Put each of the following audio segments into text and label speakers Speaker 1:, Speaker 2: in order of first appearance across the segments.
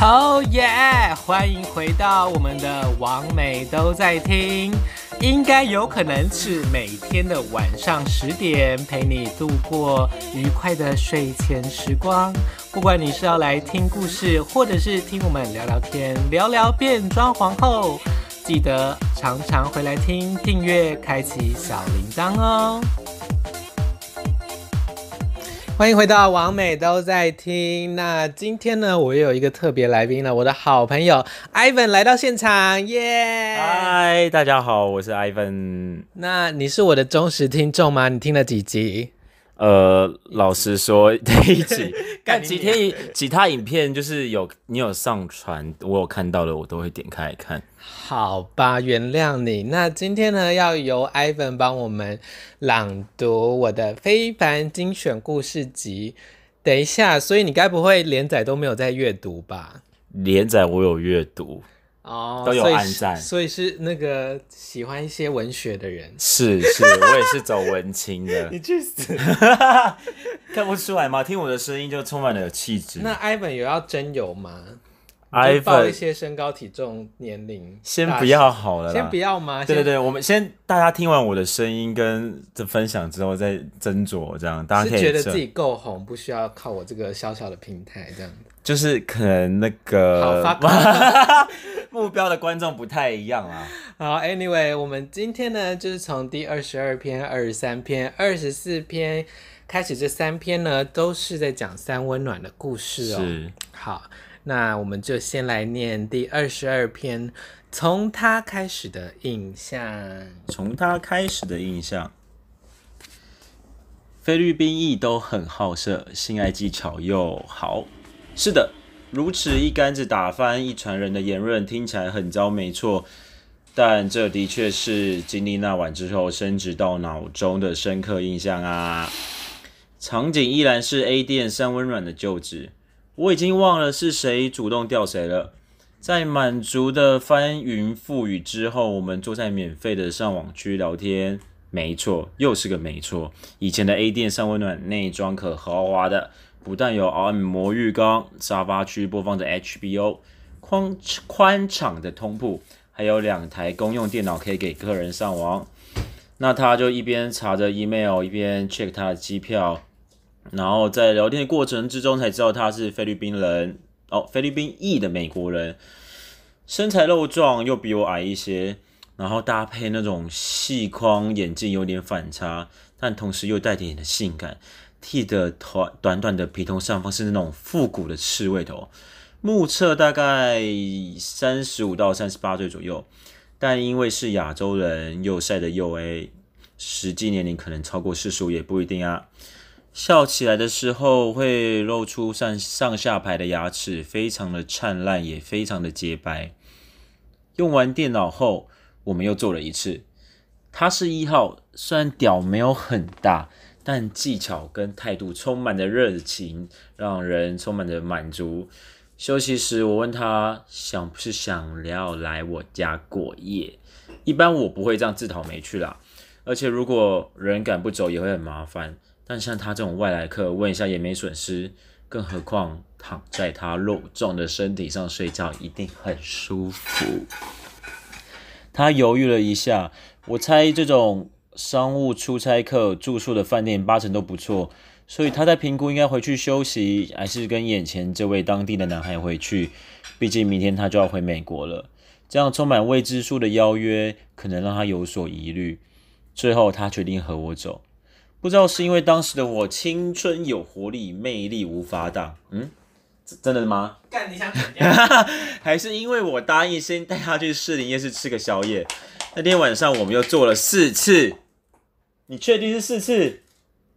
Speaker 1: 哦耶！欢迎回到我们的王美都在听，应该有可能是每天的晚上十点，陪你度过愉快的睡前时光。不管你是要来听故事，或者是听我们聊聊天，聊聊变装皇后，记得常常回来听，订阅，开启小铃铛哦。欢迎回到王美都在听。那今天呢，我又有一个特别来宾了，我的好朋友 Ivan 来到现场，耶、
Speaker 2: 嗨，大家好，我是 Ivan。
Speaker 1: 那你是我的忠实听众吗？你听了几集？
Speaker 2: 呃，老实说，这一 集
Speaker 1: 干
Speaker 2: 看
Speaker 1: 你
Speaker 2: 几天其他影片，就是有你有上传，我有看到的，我都会点开来看。
Speaker 1: 好吧，原谅你。那今天呢，要由 Ivan 帮我们朗读我的非凡精选故事集。等一下，所以你该不会连载都没有在阅读吧？
Speaker 2: 连载我有阅读，
Speaker 1: 哦，
Speaker 2: 都有
Speaker 1: 所以
Speaker 2: 按
Speaker 1: 是
Speaker 2: 赞
Speaker 1: 所以是那个喜欢一些文学的人。，
Speaker 2: 是是，我也是走文青的
Speaker 1: 去死！
Speaker 2: 看不出来吗？听我的声音就充满了有气质。
Speaker 1: 那 Ivan 有要真有吗？就报一
Speaker 2: Ivan
Speaker 1: 些身高、体重、年龄。
Speaker 2: 先
Speaker 1: 大
Speaker 2: 不
Speaker 1: 小
Speaker 2: 要好了啦，
Speaker 1: 先不要吗？
Speaker 2: 对对
Speaker 1: 先，
Speaker 2: 对，我们先大家听完我的声音跟这分享之后再斟酌，这样大家
Speaker 1: 是
Speaker 2: 可以
Speaker 1: 觉得
Speaker 2: 这
Speaker 1: 自己够红，不需要靠我这个小小的平台这样。
Speaker 2: 就是可能那
Speaker 1: 好
Speaker 2: 个
Speaker 1: 发光。
Speaker 2: 目标的观众不太一样啊。
Speaker 1: 好，Anyway，我们今天呢，就是从第二十二篇、二十三篇、二十四篇开始，这三篇呢都是在讲三温暖的故事哦。
Speaker 2: 是
Speaker 1: 好，那我们就先来念第二十二篇，从他开始的印象。
Speaker 2: 从他开始的印象。菲律宾裔都很好色，性爱技巧又好。是的，如此一竿子打翻一船人的言论，听起来很糟，没错。但这的确是经历那晚之后升值到脑中的深刻印象啊！场景依然是 A 店三温暖的旧址，我已经忘了是谁主动钓谁了。在满足的翻云覆雨之后，我们坐在免费的上网区聊天。没错，又是个没错。以前的 A 店上温暖内装可豪华的，不但有按摩浴缸，沙发区播放着 HBO，宽宽敞的通铺，还有两台公用电脑可以给客人上网。那他就一边查着 email，一边 check 他的机票，然后在聊天的过程之中才知道他是菲律宾人哦，菲律宾裔的美国人。身材肉壮，又比我矮一些，然后搭配那种细框眼镜，有点反差，但同时又带点的性感。剃的短短短的皮头上方是那种复古的刺猬头，目测大概三十五到三十八岁左右，但因为是亚洲人，又晒得又 A，实际年龄可能超过四十五也不一定啊。笑起来的时候会露出上上下排的牙齿，非常的灿烂，也非常的洁白。用完电脑后，我们又做了一次。他是一号，虽然屌没有很大，但技巧跟态度充满着热情，让人充满着满足。休息时，我问他想不是想要来我家过夜。一般我不会这样自讨没趣啦，而且如果人赶不走也会很麻烦。但像他这种外来客，问一下也没损失，更何况躺在他肉壮的身体上睡觉一定很舒服。他犹豫了一下，我猜这种商务出差客住宿的饭店八成都不错，所以他在评估应该回去休息，还是跟眼前这位当地的男孩回去，毕竟明天他就要回美国了。这样充满未知数的邀约，可能让他有所疑虑。最后，他决定和我走。不知道是因为当时的我青春有活力，魅力无法挡。嗯，这真的吗？
Speaker 1: 干，你想怎样？
Speaker 2: 还是因为我答应先带他去士林夜市吃个宵夜？那天晚上我们又做了四次，你确定是四次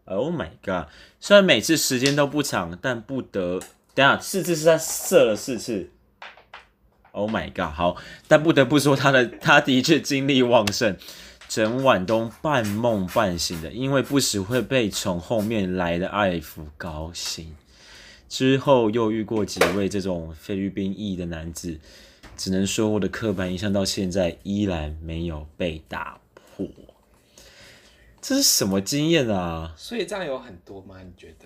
Speaker 2: ？Oh my god！虽然每次时间都不长，但不得等一下四次是他射了四次。Oh my god！好，但不得不说他的他的确精力旺盛，整晚都半梦半醒的，因为不时会被从后面来的爱抚搞醒。之后又遇过几位这种菲律宾裔的男子，只能说我的刻板印象到现在依然没有被打破。这是什么经验啊？
Speaker 1: 所以这样有很多吗？你觉得？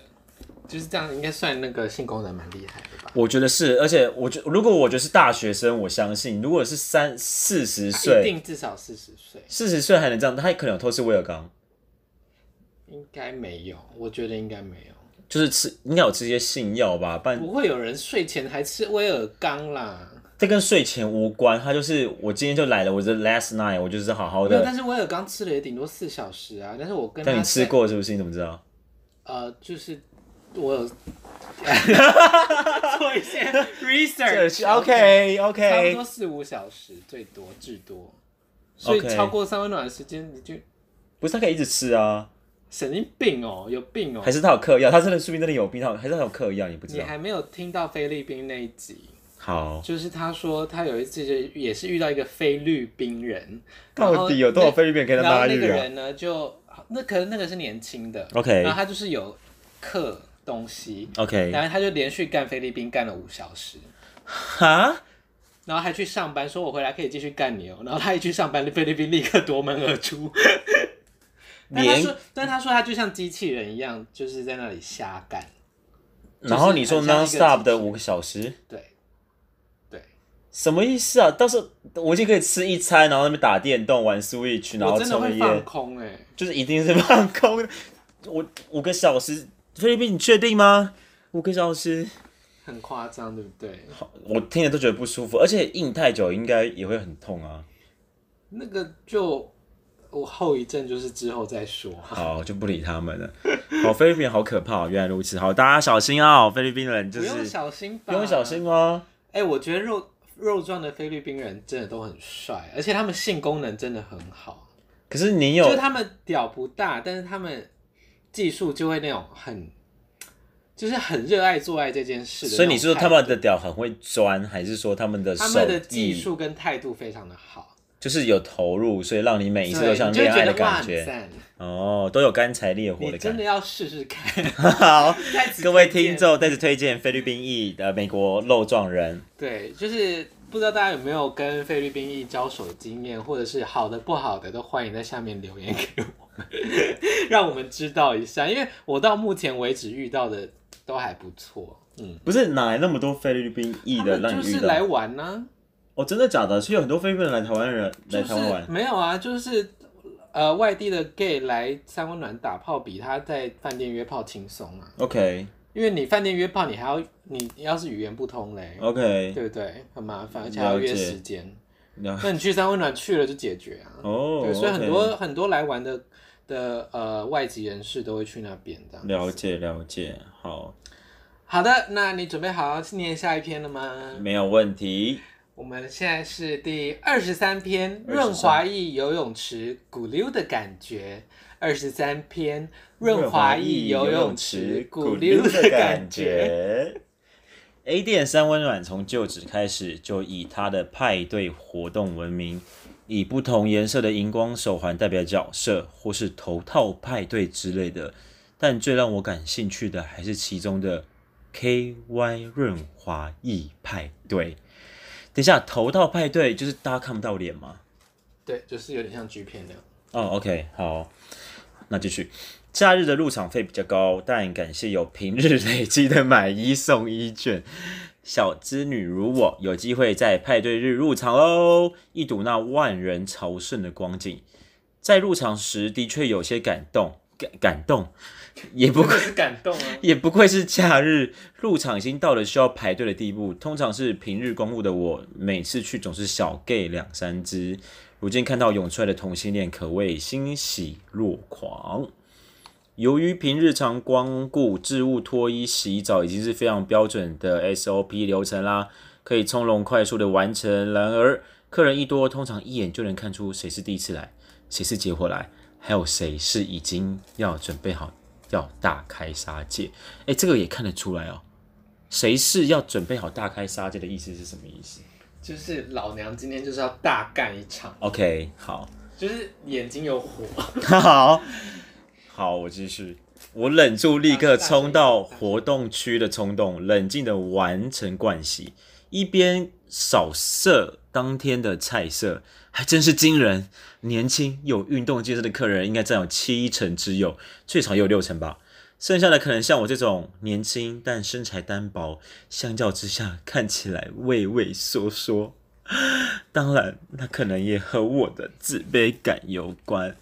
Speaker 1: 就是这样，应该算那个性功能蛮厉害的吧？
Speaker 2: 我觉得是，而且我觉如果我觉得是大学生，我相信如果是三四十
Speaker 1: 一
Speaker 2: 岁，
Speaker 1: 定至少四十岁，
Speaker 2: 四十岁还能这样，他可能有偷吃威尔刚，
Speaker 1: 应该没有，我觉得应该没有。
Speaker 2: 就是吃应该有吃一些性药吧，不然
Speaker 1: 不会有人睡前还吃威尔刚啦。
Speaker 2: 这跟睡前无关，他就是我今天就来了，我的 last night，我就是好好
Speaker 1: 没有，
Speaker 2: 的
Speaker 1: 但。是威尔刚吃了也顶多四小时啊。但是我跟他
Speaker 2: 但你吃
Speaker 1: 在？
Speaker 2: 过是不是？你怎么知道？
Speaker 1: 呃，就是我 有做一些 research。
Speaker 2: OK
Speaker 1: 差不
Speaker 2: OK，
Speaker 1: 多四五小时最多至多，所以
Speaker 2: OK
Speaker 1: 超过三温暖的时间你就
Speaker 2: 不是他可以一直吃啊，
Speaker 1: 神经病哦，有病哦
Speaker 2: 还。是他有嗑药？他真的说不定真的有病，他有还是他有嗑药，你不知
Speaker 1: 你
Speaker 2: 道？
Speaker 1: 还没有听到菲律宾那一集，
Speaker 2: 好，
Speaker 1: 就是他说他有一次就也是遇到一个菲律宾人，然
Speaker 2: 到
Speaker 1: 后
Speaker 2: 底有多少
Speaker 1: 那
Speaker 2: 菲律宾人可以当
Speaker 1: 然后
Speaker 2: 拉
Speaker 1: 那个
Speaker 2: 力啊
Speaker 1: 人呢，就那可能那个是年轻的
Speaker 2: OK
Speaker 1: 然后他就是有刻东西，
Speaker 2: ？OK，
Speaker 1: 然后他就连续干菲律宾干了五小时，
Speaker 2: 哈，
Speaker 1: 然后还去上班，说我回来可以继续干你哦。 然后他一去上班，菲律宾立刻夺门而出。但他
Speaker 2: 连
Speaker 1: 说，但他说他就像机器人一样，就是在那里瞎干。
Speaker 2: 然后你说
Speaker 1: 就是很像
Speaker 2: non
Speaker 1: 一个
Speaker 2: stop 的
Speaker 1: 机器
Speaker 2: 五个小时，
Speaker 1: 对，对，
Speaker 2: 什么意思啊？到时候我已经可以吃一餐，然后在那边打电动、玩 Switch，然
Speaker 1: 我
Speaker 2: 后
Speaker 1: 真的
Speaker 2: 抽个
Speaker 1: 会放
Speaker 2: 烟，
Speaker 1: 空哎、
Speaker 2: 就是一定是放空的。我五个小时，菲律宾，你确定吗？五个小时，
Speaker 1: 很夸张，对不对？
Speaker 2: 好我听着都觉得不舒服，而且硬太久应该也会很痛啊。
Speaker 1: 那个就我后遗症就是之后再说。
Speaker 2: 好，就不理他们了。好，菲律宾好可怕、哦，原来如此。好，大家小心啊、菲律宾人就
Speaker 1: 不
Speaker 2: 是
Speaker 1: 用小心吧，
Speaker 2: 不用小心。哦吗？
Speaker 1: 哎、我觉得肉肉壮的菲律宾人真的都很帅，而且他们性功能真的很好，
Speaker 2: 可是你有
Speaker 1: 就是他们屌不大，但是他们技术就会那种很，就是很热爱做爱这件事的那种态度。
Speaker 2: 所以你是说他们的屌很会钻，还是说他们的手
Speaker 1: 他
Speaker 2: 艺
Speaker 1: 们的技术跟态度非常的好，
Speaker 2: 就是有投入，所以让你每一次
Speaker 1: 对
Speaker 2: 都像
Speaker 1: 你就会
Speaker 2: 恋爱
Speaker 1: 觉
Speaker 2: 的
Speaker 1: 得哇
Speaker 2: 感
Speaker 1: 很
Speaker 2: 觉？
Speaker 1: 赞
Speaker 2: 哦，都有干柴烈火
Speaker 1: 你
Speaker 2: 的
Speaker 1: 真
Speaker 2: 感
Speaker 1: 的
Speaker 2: 觉。
Speaker 1: 要试试 看。
Speaker 2: 好，
Speaker 1: 在此
Speaker 2: 各位
Speaker 1: 推荐
Speaker 2: 听，众再次推荐菲律宾裔的美国肉壮人。
Speaker 1: 对，就是不知道大家有没有跟菲律宾裔交手的经验，或者是好的不好的，都欢迎在下面留言给我们， 让我们知道一下。因为我到目前为止遇到的都还不错，嗯，
Speaker 2: 不是哪来那么多菲律宾裔
Speaker 1: 他
Speaker 2: 的
Speaker 1: 们
Speaker 2: 让
Speaker 1: 就
Speaker 2: 你遇
Speaker 1: 是
Speaker 2: 到？
Speaker 1: 来玩呢、
Speaker 2: 哦，真的假的？所以有很多菲律宾人来台湾人来
Speaker 1: 就
Speaker 2: 台湾
Speaker 1: 是
Speaker 2: 玩，
Speaker 1: 没有啊，就是呃外地的 gay 来三温暖打炮，比他在饭店约炮轻松啊。
Speaker 2: OK
Speaker 1: 因为你饭店约炮，你还要你你要是语言不通嘞，
Speaker 2: OK，
Speaker 1: 对不对？很麻烦，而且还要约
Speaker 2: 哦了解
Speaker 1: 时间。
Speaker 2: 那
Speaker 1: 那你去三温暖去了就解决啊。
Speaker 2: 哦
Speaker 1: 对，所以
Speaker 2: OK
Speaker 1: 很多很多来玩的的呃外籍人士都会去那边这样。
Speaker 2: 了解了解，好，
Speaker 1: 好的，那你准备好要念下一篇了吗？
Speaker 2: 没有问题。
Speaker 1: 我们现在是第二十三篇，
Speaker 2: 23
Speaker 1: 润滑液游泳池咕溜的感觉。二十三篇，润滑液游泳池咕溜的感觉。。
Speaker 2: A 店三温暖从旧址开始就以它的派对活动闻名，以不同颜色的荧光手环代表角色，或是头套派对之类的。但最让我感兴趣的还是其中的 KY 润滑液派对。等一下，头套派对就是大家看不到脸吗？
Speaker 1: 对，就是有点像 G 片那 样。
Speaker 2: 哦，OK，好，那继续。假日的入场费比较高，但感谢有平日累积的买一送一券，小资女如我有机会在派对日入场喽，一睹那万人朝圣的光景。在入场时的确有些感动，感感动，也不愧
Speaker 1: 是感动啊！
Speaker 2: 也不愧是假日，入场已经到了需要排队的地步。通常是平日公务的我，每次去总是小 gay 两三只。如今看到涌出来的同性恋，可谓欣喜若狂。由于平日常光顾置物、脱衣、洗澡已经是非常标准的 SOP 流程啦，可以从容快速的完成。然而，客人一多，通常一眼就能看出谁是第一次来，谁是结伙来，还有谁是已经要准备好要大开杀戒。哎，这个也看得出来哦。谁是要准备好大开杀戒的意思是什么意思
Speaker 1: 就是老娘今天就是要大干一场，
Speaker 2: ？OK，好。
Speaker 1: 就是眼睛有火。
Speaker 2: 好，好，我继续。我忍住立刻冲到活动区的冲动，冷静的完成盥洗，一边扫射当天的菜色，还真是惊人。年轻有运动健身的客人应该占有七成之有，最少也有六成吧。剩下的可能像我这种年轻但身材单薄，相较之下看起来畏畏缩缩。当然，那可能也和我的自卑感有关。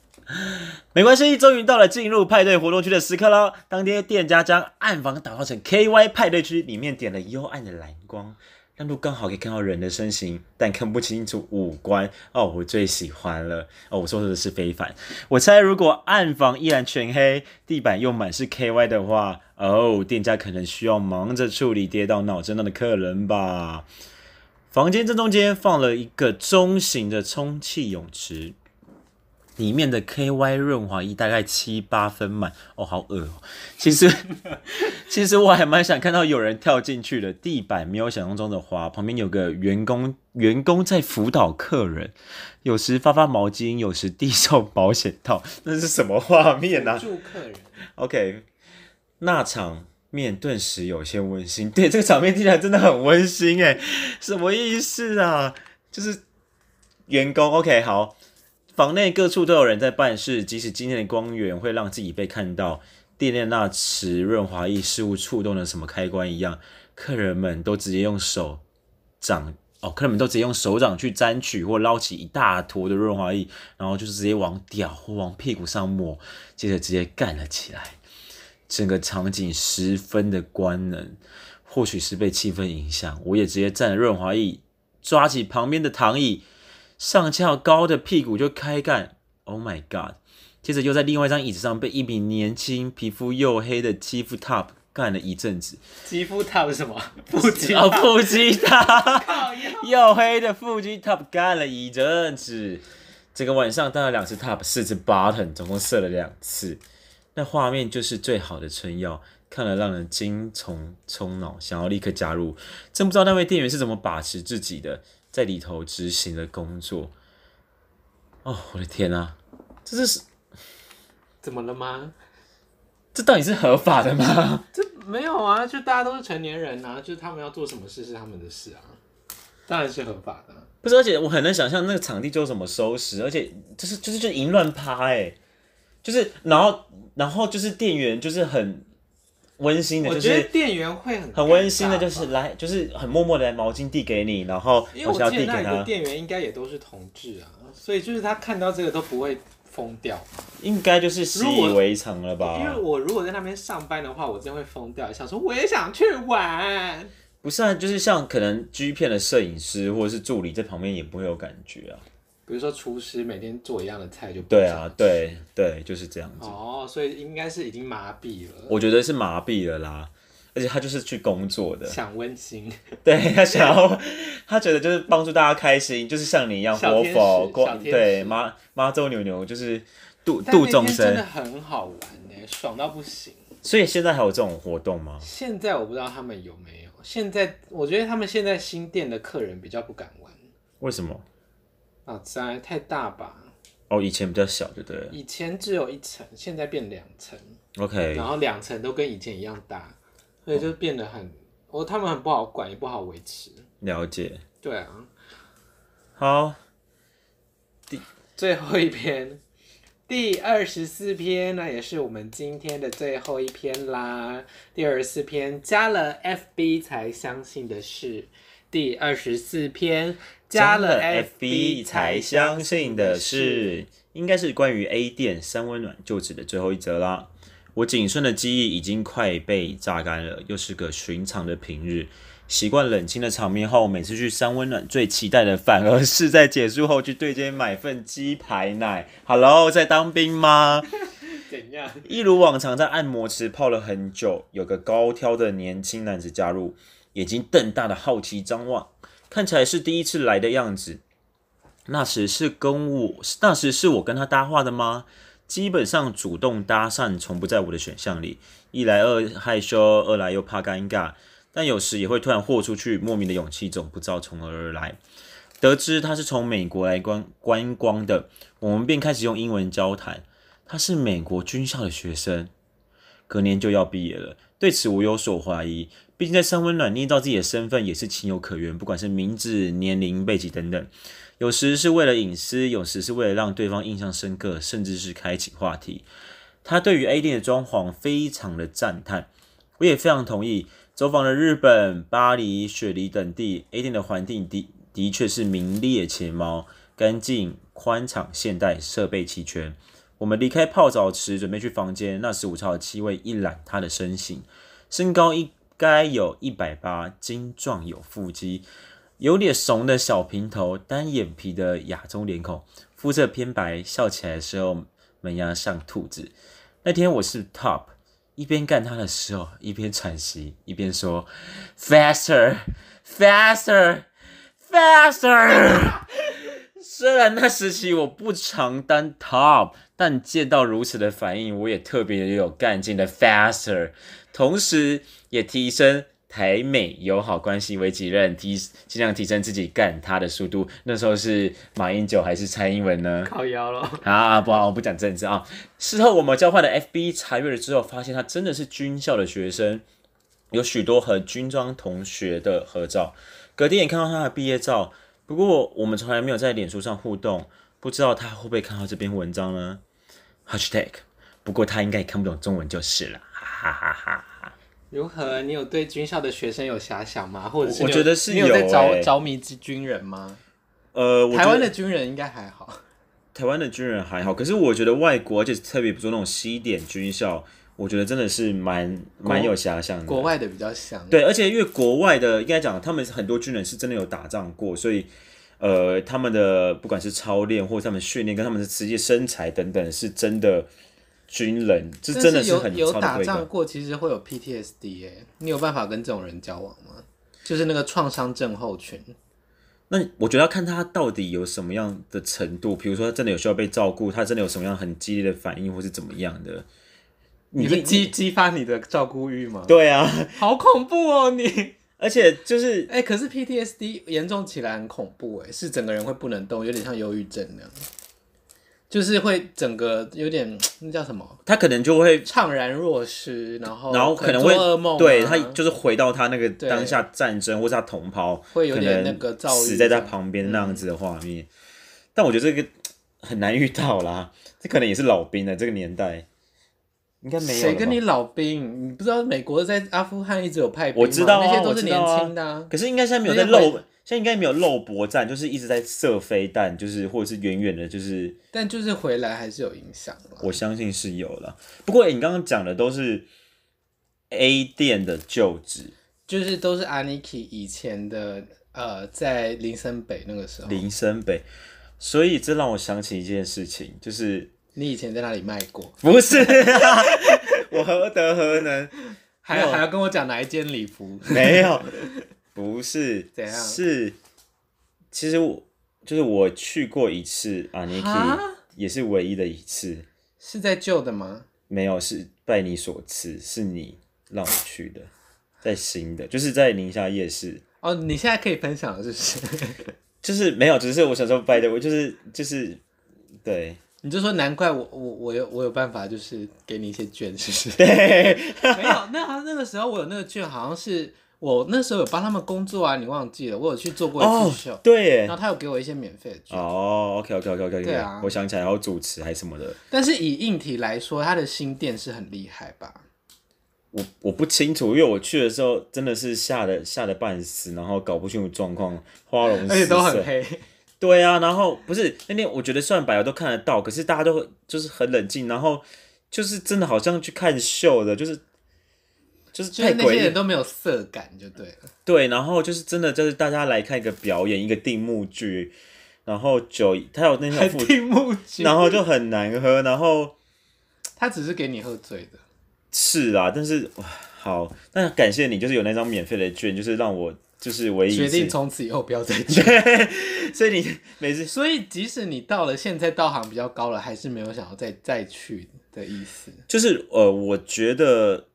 Speaker 2: 没关系，终于到了进入派对活动区的时刻了。当天店家将暗房打造成 KY 派对区，里面点了幽暗的蓝光，让路刚好可以看到人的身形，但看不清楚五官。哦，我最喜欢了。哦，我说的是非凡。我猜如果暗房依然全黑，地板又满是 KY 的话，哦，店家可能需要忙着处理跌到脑震荡的客人吧。房间正中间放了一个中型的充气泳池，里面的 KY 润滑液大概七八分满哦，好恶哦。其实， 其实我还蛮想看到有人跳进去的，地板没有想象中的滑，旁边有个员工，员工在辅导客人，有时发发毛巾，有时递送保险套，那是什么画面啊？
Speaker 1: 住客人，
Speaker 2: OK，那场面顿时有些温馨。对，这个场面听起来真的很温馨哎，什么意思啊？就是员工 OK 好，房内各处都有人在办事，即使今天的光源会让自己被看到，店内那池润滑液似乎触动了什么开关一样，客人们都直接用手掌。哦，客人们都直接用手掌去沾取或捞起一大坨的润滑液，然后就是直接往屌或往屁股上抹，接着直接干了起来。整个场景十分的官能，或许是被气氛影响，我也直接蘸了润滑液，抓起旁边的躺椅，上翘高的屁股就开干。Oh my god！接着又在另外一张椅子上被一名年轻、皮肤黝黑的欺负 Top 干了一阵子，
Speaker 1: 肌肤 top 是什么？腹肌
Speaker 2: 哦，腹肌 Top。
Speaker 1: 靠腰
Speaker 2: 黝黑的腹肌 top 干了一阵子，整个晚上当了两次 top，四次 bottom，总共射了两次。那画面就是最好的春药，看了让人精虫冲脑，想要立刻加入。真不知道那位店员是怎么把持自己的，在里头执行的工作。哦，我的天啊，这是
Speaker 1: 怎么了吗？
Speaker 2: 这到底是合法的吗？
Speaker 1: 这没有啊，就大家都是成年人啊，就是他们要做什么事是他们的事啊，当然是合法的啊。
Speaker 2: 不是，而且我很难想象那个场地就怎么收拾，而且就是就是就是淫乱趴哎、就是然后然后就是店员就是很温馨的，
Speaker 1: 我
Speaker 2: 就
Speaker 1: 觉得
Speaker 2: 是
Speaker 1: 店员会很
Speaker 2: 很温馨的，
Speaker 1: 尴尬
Speaker 2: 就
Speaker 1: 吧
Speaker 2: 是来就是很默默的来毛巾递给你，然后
Speaker 1: 因为
Speaker 2: 我
Speaker 1: 我
Speaker 2: 想要
Speaker 1: 记得
Speaker 2: 递
Speaker 1: 那
Speaker 2: 给
Speaker 1: 里的
Speaker 2: 他，
Speaker 1: 店员应该也都是同志啊，所以就是他看到这个都不会疯掉。
Speaker 2: 应该就是习
Speaker 1: 如
Speaker 2: 以
Speaker 1: 果
Speaker 2: 为常了
Speaker 1: 因为
Speaker 2: 吧？
Speaker 1: 我如果在那边上班的话，我真会疯掉，想说我也想去玩。
Speaker 2: 不是啊，就是像可能 G 片的摄影师或者是助理在旁边也不会有感觉啊。
Speaker 1: 比如说厨师每天做一样的菜就不
Speaker 2: 对
Speaker 1: 爽
Speaker 2: 啊，对对，就是这样子。
Speaker 1: 哦，所以应该是已经麻痹了，
Speaker 2: 我觉得是麻痹了啦，而且他就是去工作的。
Speaker 1: 想温馨。
Speaker 2: 对他想要，他觉得就是帮助大家开心，就是像你一样
Speaker 1: 小
Speaker 2: 活
Speaker 1: 天
Speaker 2: 佛
Speaker 1: 使
Speaker 2: 过
Speaker 1: 小天使
Speaker 2: 对妈妈周牛牛就是度
Speaker 1: 但那
Speaker 2: 度众
Speaker 1: 天真的
Speaker 2: 生，
Speaker 1: 很好玩呢、爽到不行。
Speaker 2: 所以现在还有这种活动吗？
Speaker 1: 现在我不知道他们有没有，现在我觉得他们现在新店的客人比较不敢玩
Speaker 2: 为什么？
Speaker 1: 啊，实在太大吧。
Speaker 2: 哦，以前比较小，对不对
Speaker 1: 以前只有一层，现在变两层，
Speaker 2: ？OK，
Speaker 1: 然后两层都跟以前一样大，所以就变得很，哦，他们很不好管，也不好维持。
Speaker 2: 了解。
Speaker 1: 对啊，
Speaker 2: 好，
Speaker 1: 最后一篇，第二十四篇呢，也是我们今天的最后一篇啦。第二十四篇加了 FB 才相信的事，第二十四篇加了 FB 才相信的事。，
Speaker 2: 应该是关于 A 店三温暖就职的最后一则啦。我仅剩的记忆已经快被榨干了，又是个寻常的平日。习惯冷清的场面后，每次去三温暖最期待的反而是在结束后去对街买份鸡排奶。Hello，在当兵吗？
Speaker 1: 怎样？
Speaker 2: 一如往常，在按摩池泡了很久，有个高挑的年轻男子加入，眼睛瞪大的好奇张望，看起来是第一次来的样子。那时是跟我，那时是我跟他搭话的吗？基本上主动搭讪从不在我的选项里，一来二害羞，二来又怕尴尬，但有时也会突然豁出去，莫名的勇气总不知道从何而来。得知他是从美国来观观光的，我们便开始用英文交谈。他是美国军校的学生，隔年就要毕业了。对此我有所怀疑，毕竟在三温暖捏造自己的身份也是情有可原，不管是名字、年龄、背景等等，有时是为了隐私，有时是为了让对方印象深刻，甚至是开启话题。他对于 A 店的装潢非常的赞叹，我也非常同意。走访了日本、巴黎、雪梨等地，A 店的环境的的确是名列前茅，干净、宽敞、现代，设备齐全。我们离开泡澡池，准备去房间，那时午朝的气味一揽他的身形，身高应该有一百八，精壮有腹肌，有点怂的小平头，单眼皮的亚洲脸孔，肤色偏白，笑起来的时候门牙像兔子。那天我是 top，一边干他的时候，一边喘息，一边说 faster faster faster。虽然那时期我不常当 top，但见到如此的反应，我也特别有干劲的 faster，同时也提升台美友好关系为己任，提尽量提升自己干他的速度。那时候是马英九还是蔡英文呢？
Speaker 1: 靠腰了，
Speaker 2: 啊，不好，我不讲政治啊。事后我们交换了 FB 查阅了之后，发现他真的是军校的学生，有许多和军装同学的合照。隔天也看到他的毕业照，不过我们从来没有在脸书上互动，不知道他会不会看到这篇文章呢？#hashtag，不过他应该也看不懂中文就是了，哈哈哈哈。
Speaker 1: 如何？你有对军校的学生有遐想吗？或者是
Speaker 2: 我
Speaker 1: 你
Speaker 2: 我
Speaker 1: 有
Speaker 2: 觉得是
Speaker 1: 你有在
Speaker 2: 有
Speaker 1: 着
Speaker 2: 欸
Speaker 1: 着迷之军人吗？
Speaker 2: 呃，我觉
Speaker 1: 台
Speaker 2: 得
Speaker 1: 湾的军人应该还好，
Speaker 2: 台湾的军人还好，可是我觉得外国，而且特别比如说那种西点军校，我觉得真的是蛮蛮有遐想的。
Speaker 1: 国外的比较像。
Speaker 2: 对，而且因为国外的应该讲，他们很多军人是真的有打仗过，所以呃，他们的不管是操练或者他们训练，跟他们的职业身材等等，是真的军人，这真的
Speaker 1: 但是有
Speaker 2: 很
Speaker 1: 有
Speaker 2: 超的
Speaker 1: 打
Speaker 2: 规格
Speaker 1: 仗。过，其实会有 PTSD 哎、你有办法跟这种人交往吗？就是那个创伤症候群，
Speaker 2: 那我觉得要看他到底有什么样的程度，比如说他真的有需要被照顾，他真的有什么样很激烈的反应，或是怎么样的。
Speaker 1: 你
Speaker 2: 你
Speaker 1: 是
Speaker 2: 会
Speaker 1: 激激发你的照顾欲吗？
Speaker 2: 对啊，
Speaker 1: 好恐怖哦你！
Speaker 2: 而且就是
Speaker 1: 哎、可是 PTSD 严重起来很恐怖哎、是整个人会不能动，有点像忧郁症那样，就是会整个有点那叫什么
Speaker 2: 他可能就会，
Speaker 1: 怅然若失，然后
Speaker 2: 然后
Speaker 1: 哦可
Speaker 2: 能会
Speaker 1: 做噩梦啊、
Speaker 2: 对他就是回到他那个
Speaker 1: 对
Speaker 2: 当下战争或是他同袍
Speaker 1: 会有
Speaker 2: 可
Speaker 1: 点那
Speaker 2: 能
Speaker 1: 个躁郁
Speaker 2: 死在
Speaker 1: 这
Speaker 2: 他
Speaker 1: 样嗯
Speaker 2: 旁边那样子的画面。但我觉得这个很难遇到啦，这可能也是老兵的这个年代，应该没有了
Speaker 1: 谁
Speaker 2: 吧。
Speaker 1: 跟你老兵？你不知道美国在阿富汗一直有派兵吗
Speaker 2: 我知道啊
Speaker 1: 那些都是
Speaker 2: 我知
Speaker 1: 年
Speaker 2: 道啊
Speaker 1: 轻的、啊。
Speaker 2: 可是应该现在没有在
Speaker 1: 人家会
Speaker 2: 漏，现在应该没有漏搏战，就是一直在射飞弹，就是或者是远远的，就是
Speaker 1: 但就是回来还是有影响了。
Speaker 2: 我相信是有了。不过、欸你刚刚讲的都是 A 店的旧址，
Speaker 1: 就是都是 Aniki 以前的呃，在林森北那个时候，
Speaker 2: 林森北，所以这让我想起一件事情，就是
Speaker 1: 你以前在那里卖过，
Speaker 2: 不是、啊、 我何德何能？
Speaker 1: 还
Speaker 2: 没有啊
Speaker 1: 还要跟我讲哪一间礼服？
Speaker 2: 没有，不是，
Speaker 1: 怎样
Speaker 2: 是，其实我就是我去过一次啊，Niki
Speaker 1: 哈
Speaker 2: 也是唯一的一次，
Speaker 1: 是在旧的吗？
Speaker 2: 没有是拜你所赐，是你让我去的，在新的，就是在宁夏夜市。
Speaker 1: 哦，你现在可以分享了，是不 是？
Speaker 2: 就是没有，只是我想说，拜的，我就是就是，对，
Speaker 1: 你就说难怪我我我有我有办法，就是给你一些券，是不是？
Speaker 2: 对，
Speaker 1: 没有，那好像那个时候我有那个券，好像是我那时候有帮他们工作啊，你忘记了？我有去做过一
Speaker 2: 哦
Speaker 1: 次秀，，
Speaker 2: 对耶
Speaker 1: 然，后他有给我一些免费的券。
Speaker 2: 哦，OK OK OK OK，
Speaker 1: 对啊
Speaker 2: 我想起来，然后主持还什么的，
Speaker 1: 但是以硬体来说，它的新店是很厉害吧？
Speaker 2: 我我不清楚，因为我去的时候真的是吓得吓得半死，然后搞不清楚状况，花容
Speaker 1: 而且
Speaker 2: 失
Speaker 1: 都很
Speaker 2: 色。
Speaker 1: 黑，
Speaker 2: 对啊，然后不是那天我觉得虽然白我都看得到，可是大家都会就是很冷静，然后就是真的好像去看秀的，就是就是
Speaker 1: 就是
Speaker 2: 太
Speaker 1: 那
Speaker 2: 诡
Speaker 1: 些
Speaker 2: 异
Speaker 1: 人。都没有色感，就对 了。
Speaker 2: 对，然后就是真的就是大家来看一个表演，一个定目剧，然后酒他有那种
Speaker 1: 很
Speaker 2: 副，
Speaker 1: 听不清，
Speaker 2: 然后就很难喝，然后。
Speaker 1: 他只是给你喝醉的。
Speaker 2: 是啊，但是哇，好，那感谢你，就是有那张免费的券，就是让我就是唯一一
Speaker 1: 决定
Speaker 2: 次，
Speaker 1: 从此以后不要再 去。
Speaker 2: 所以你每次
Speaker 1: 所以即使你到了现在道行比较高了，还是没有想要再再去的意思。
Speaker 2: 就是呃，我觉得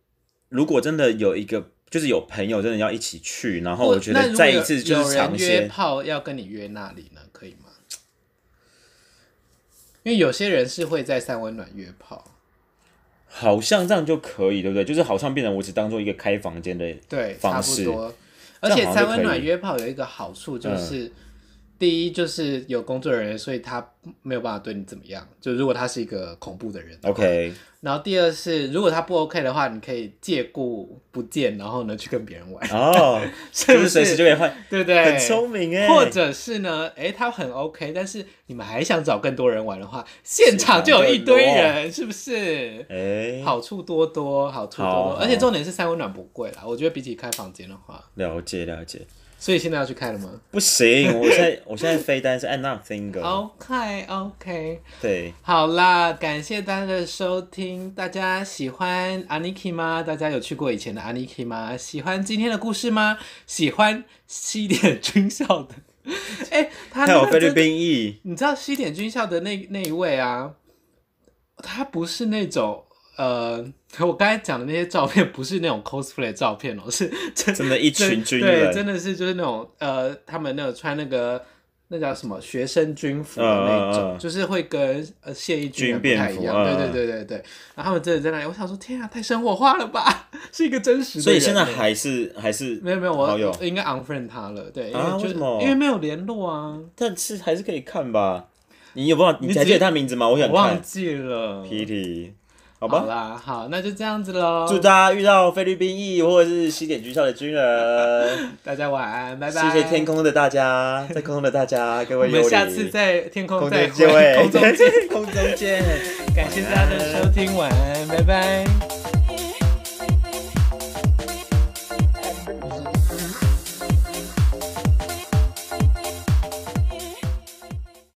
Speaker 2: 如果真的有一个，就是有朋友真的要一起去，然后我觉
Speaker 1: 那
Speaker 2: 得
Speaker 1: 如果
Speaker 2: 再
Speaker 1: 有
Speaker 2: 一次就是
Speaker 1: 有人
Speaker 2: 尝
Speaker 1: 约
Speaker 2: 鲜，
Speaker 1: 炮要跟你约那里呢，可以吗？因为有些人是会在三温暖约炮，
Speaker 2: 好像这样就可以，对不对？就是好像变成我只当做一个开房间的，
Speaker 1: 对，差
Speaker 2: 方
Speaker 1: 不
Speaker 2: 式
Speaker 1: 多。
Speaker 2: 这
Speaker 1: 而
Speaker 2: 样
Speaker 1: 且
Speaker 2: 好像就
Speaker 1: 三温
Speaker 2: 可以嗯
Speaker 1: 暖约炮有一个好处就是，第一就是有工作人员，所以他没有办法对你怎么样。就如果他是一个恐怖的人的话
Speaker 2: ？OK，
Speaker 1: 然后第二是，如果他不 OK 的话，你可以借故不见，然后呢去跟别人玩，
Speaker 2: 哦，
Speaker 1: 是
Speaker 2: 就
Speaker 1: 不是？
Speaker 2: 是随时就可以换，
Speaker 1: 对不 对？
Speaker 2: 很聪明哎。
Speaker 1: 或者是呢，诶，他很 OK，但是你们还想找更多人玩的话，现场就有一堆人，是不是？
Speaker 2: 哎，
Speaker 1: 好处多多，好处多多，
Speaker 2: 好好
Speaker 1: 而且重点是三温暖不贵啦。我觉得比起开房间的话，
Speaker 2: 了解了解。
Speaker 1: 所以现在要去开了吗
Speaker 2: 不行，我现在我现在非单身，I'm not single。
Speaker 1: ？OK OK，
Speaker 2: 对，
Speaker 1: 好啦，感谢大家的收听。大家喜欢 Aniki 吗？大家有去过以前的 Aniki 吗？喜欢今天的故事吗？喜欢西点军校的？ 哎、他
Speaker 2: 还
Speaker 1: 那
Speaker 2: 有
Speaker 1: 个
Speaker 2: 菲律
Speaker 1: 真的，
Speaker 2: 宾裔，
Speaker 1: 你知道西点军校的那那一位啊，他不是那种呃，我刚才讲的那些照片不是那种 cosplay 的照片哦、是真
Speaker 2: 真的，一群军
Speaker 1: 对，真
Speaker 2: 人，
Speaker 1: 的是就是那种呃，他们那种穿那个那叫什么学生军服的那种，
Speaker 2: 嗯嗯嗯
Speaker 1: 就是会跟呃现役军人不
Speaker 2: 军
Speaker 1: 太
Speaker 2: 便
Speaker 1: 一
Speaker 2: 服
Speaker 1: 样。
Speaker 2: 嗯
Speaker 1: 对对对对对。然后他们真的在那里，我想说，天啊，太生活化了吧， 是一个真实的人。
Speaker 2: 所以现在还是还是
Speaker 1: 没有没有，
Speaker 2: 好友
Speaker 1: 我应该 unfriend 他了，对，因
Speaker 2: 啊
Speaker 1: 就
Speaker 2: 为什么
Speaker 1: 因为没有联络啊，
Speaker 2: 但是还是可以看吧。你有办法？
Speaker 1: 你
Speaker 2: 你还
Speaker 1: 只
Speaker 2: 记得他名字吗？我想
Speaker 1: 我忘
Speaker 2: 看。
Speaker 1: 记了。
Speaker 2: Kitty，好
Speaker 1: 好
Speaker 2: 吧。
Speaker 1: 啦，好，那就这样子喽，
Speaker 2: 祝大家遇到菲律宾裔或者是西点军校的军人，
Speaker 1: 大家晚安， 拜拜。
Speaker 2: 谢谢天，空的大家，在空中的大家，各
Speaker 1: 我
Speaker 2: 位幽
Speaker 1: 们
Speaker 2: 灵，
Speaker 1: 下次在天空
Speaker 2: 空
Speaker 1: 再
Speaker 2: 中见，
Speaker 1: 会，空中见。
Speaker 2: 空中见。
Speaker 1: 感谢大家的收听，晚安，拜拜。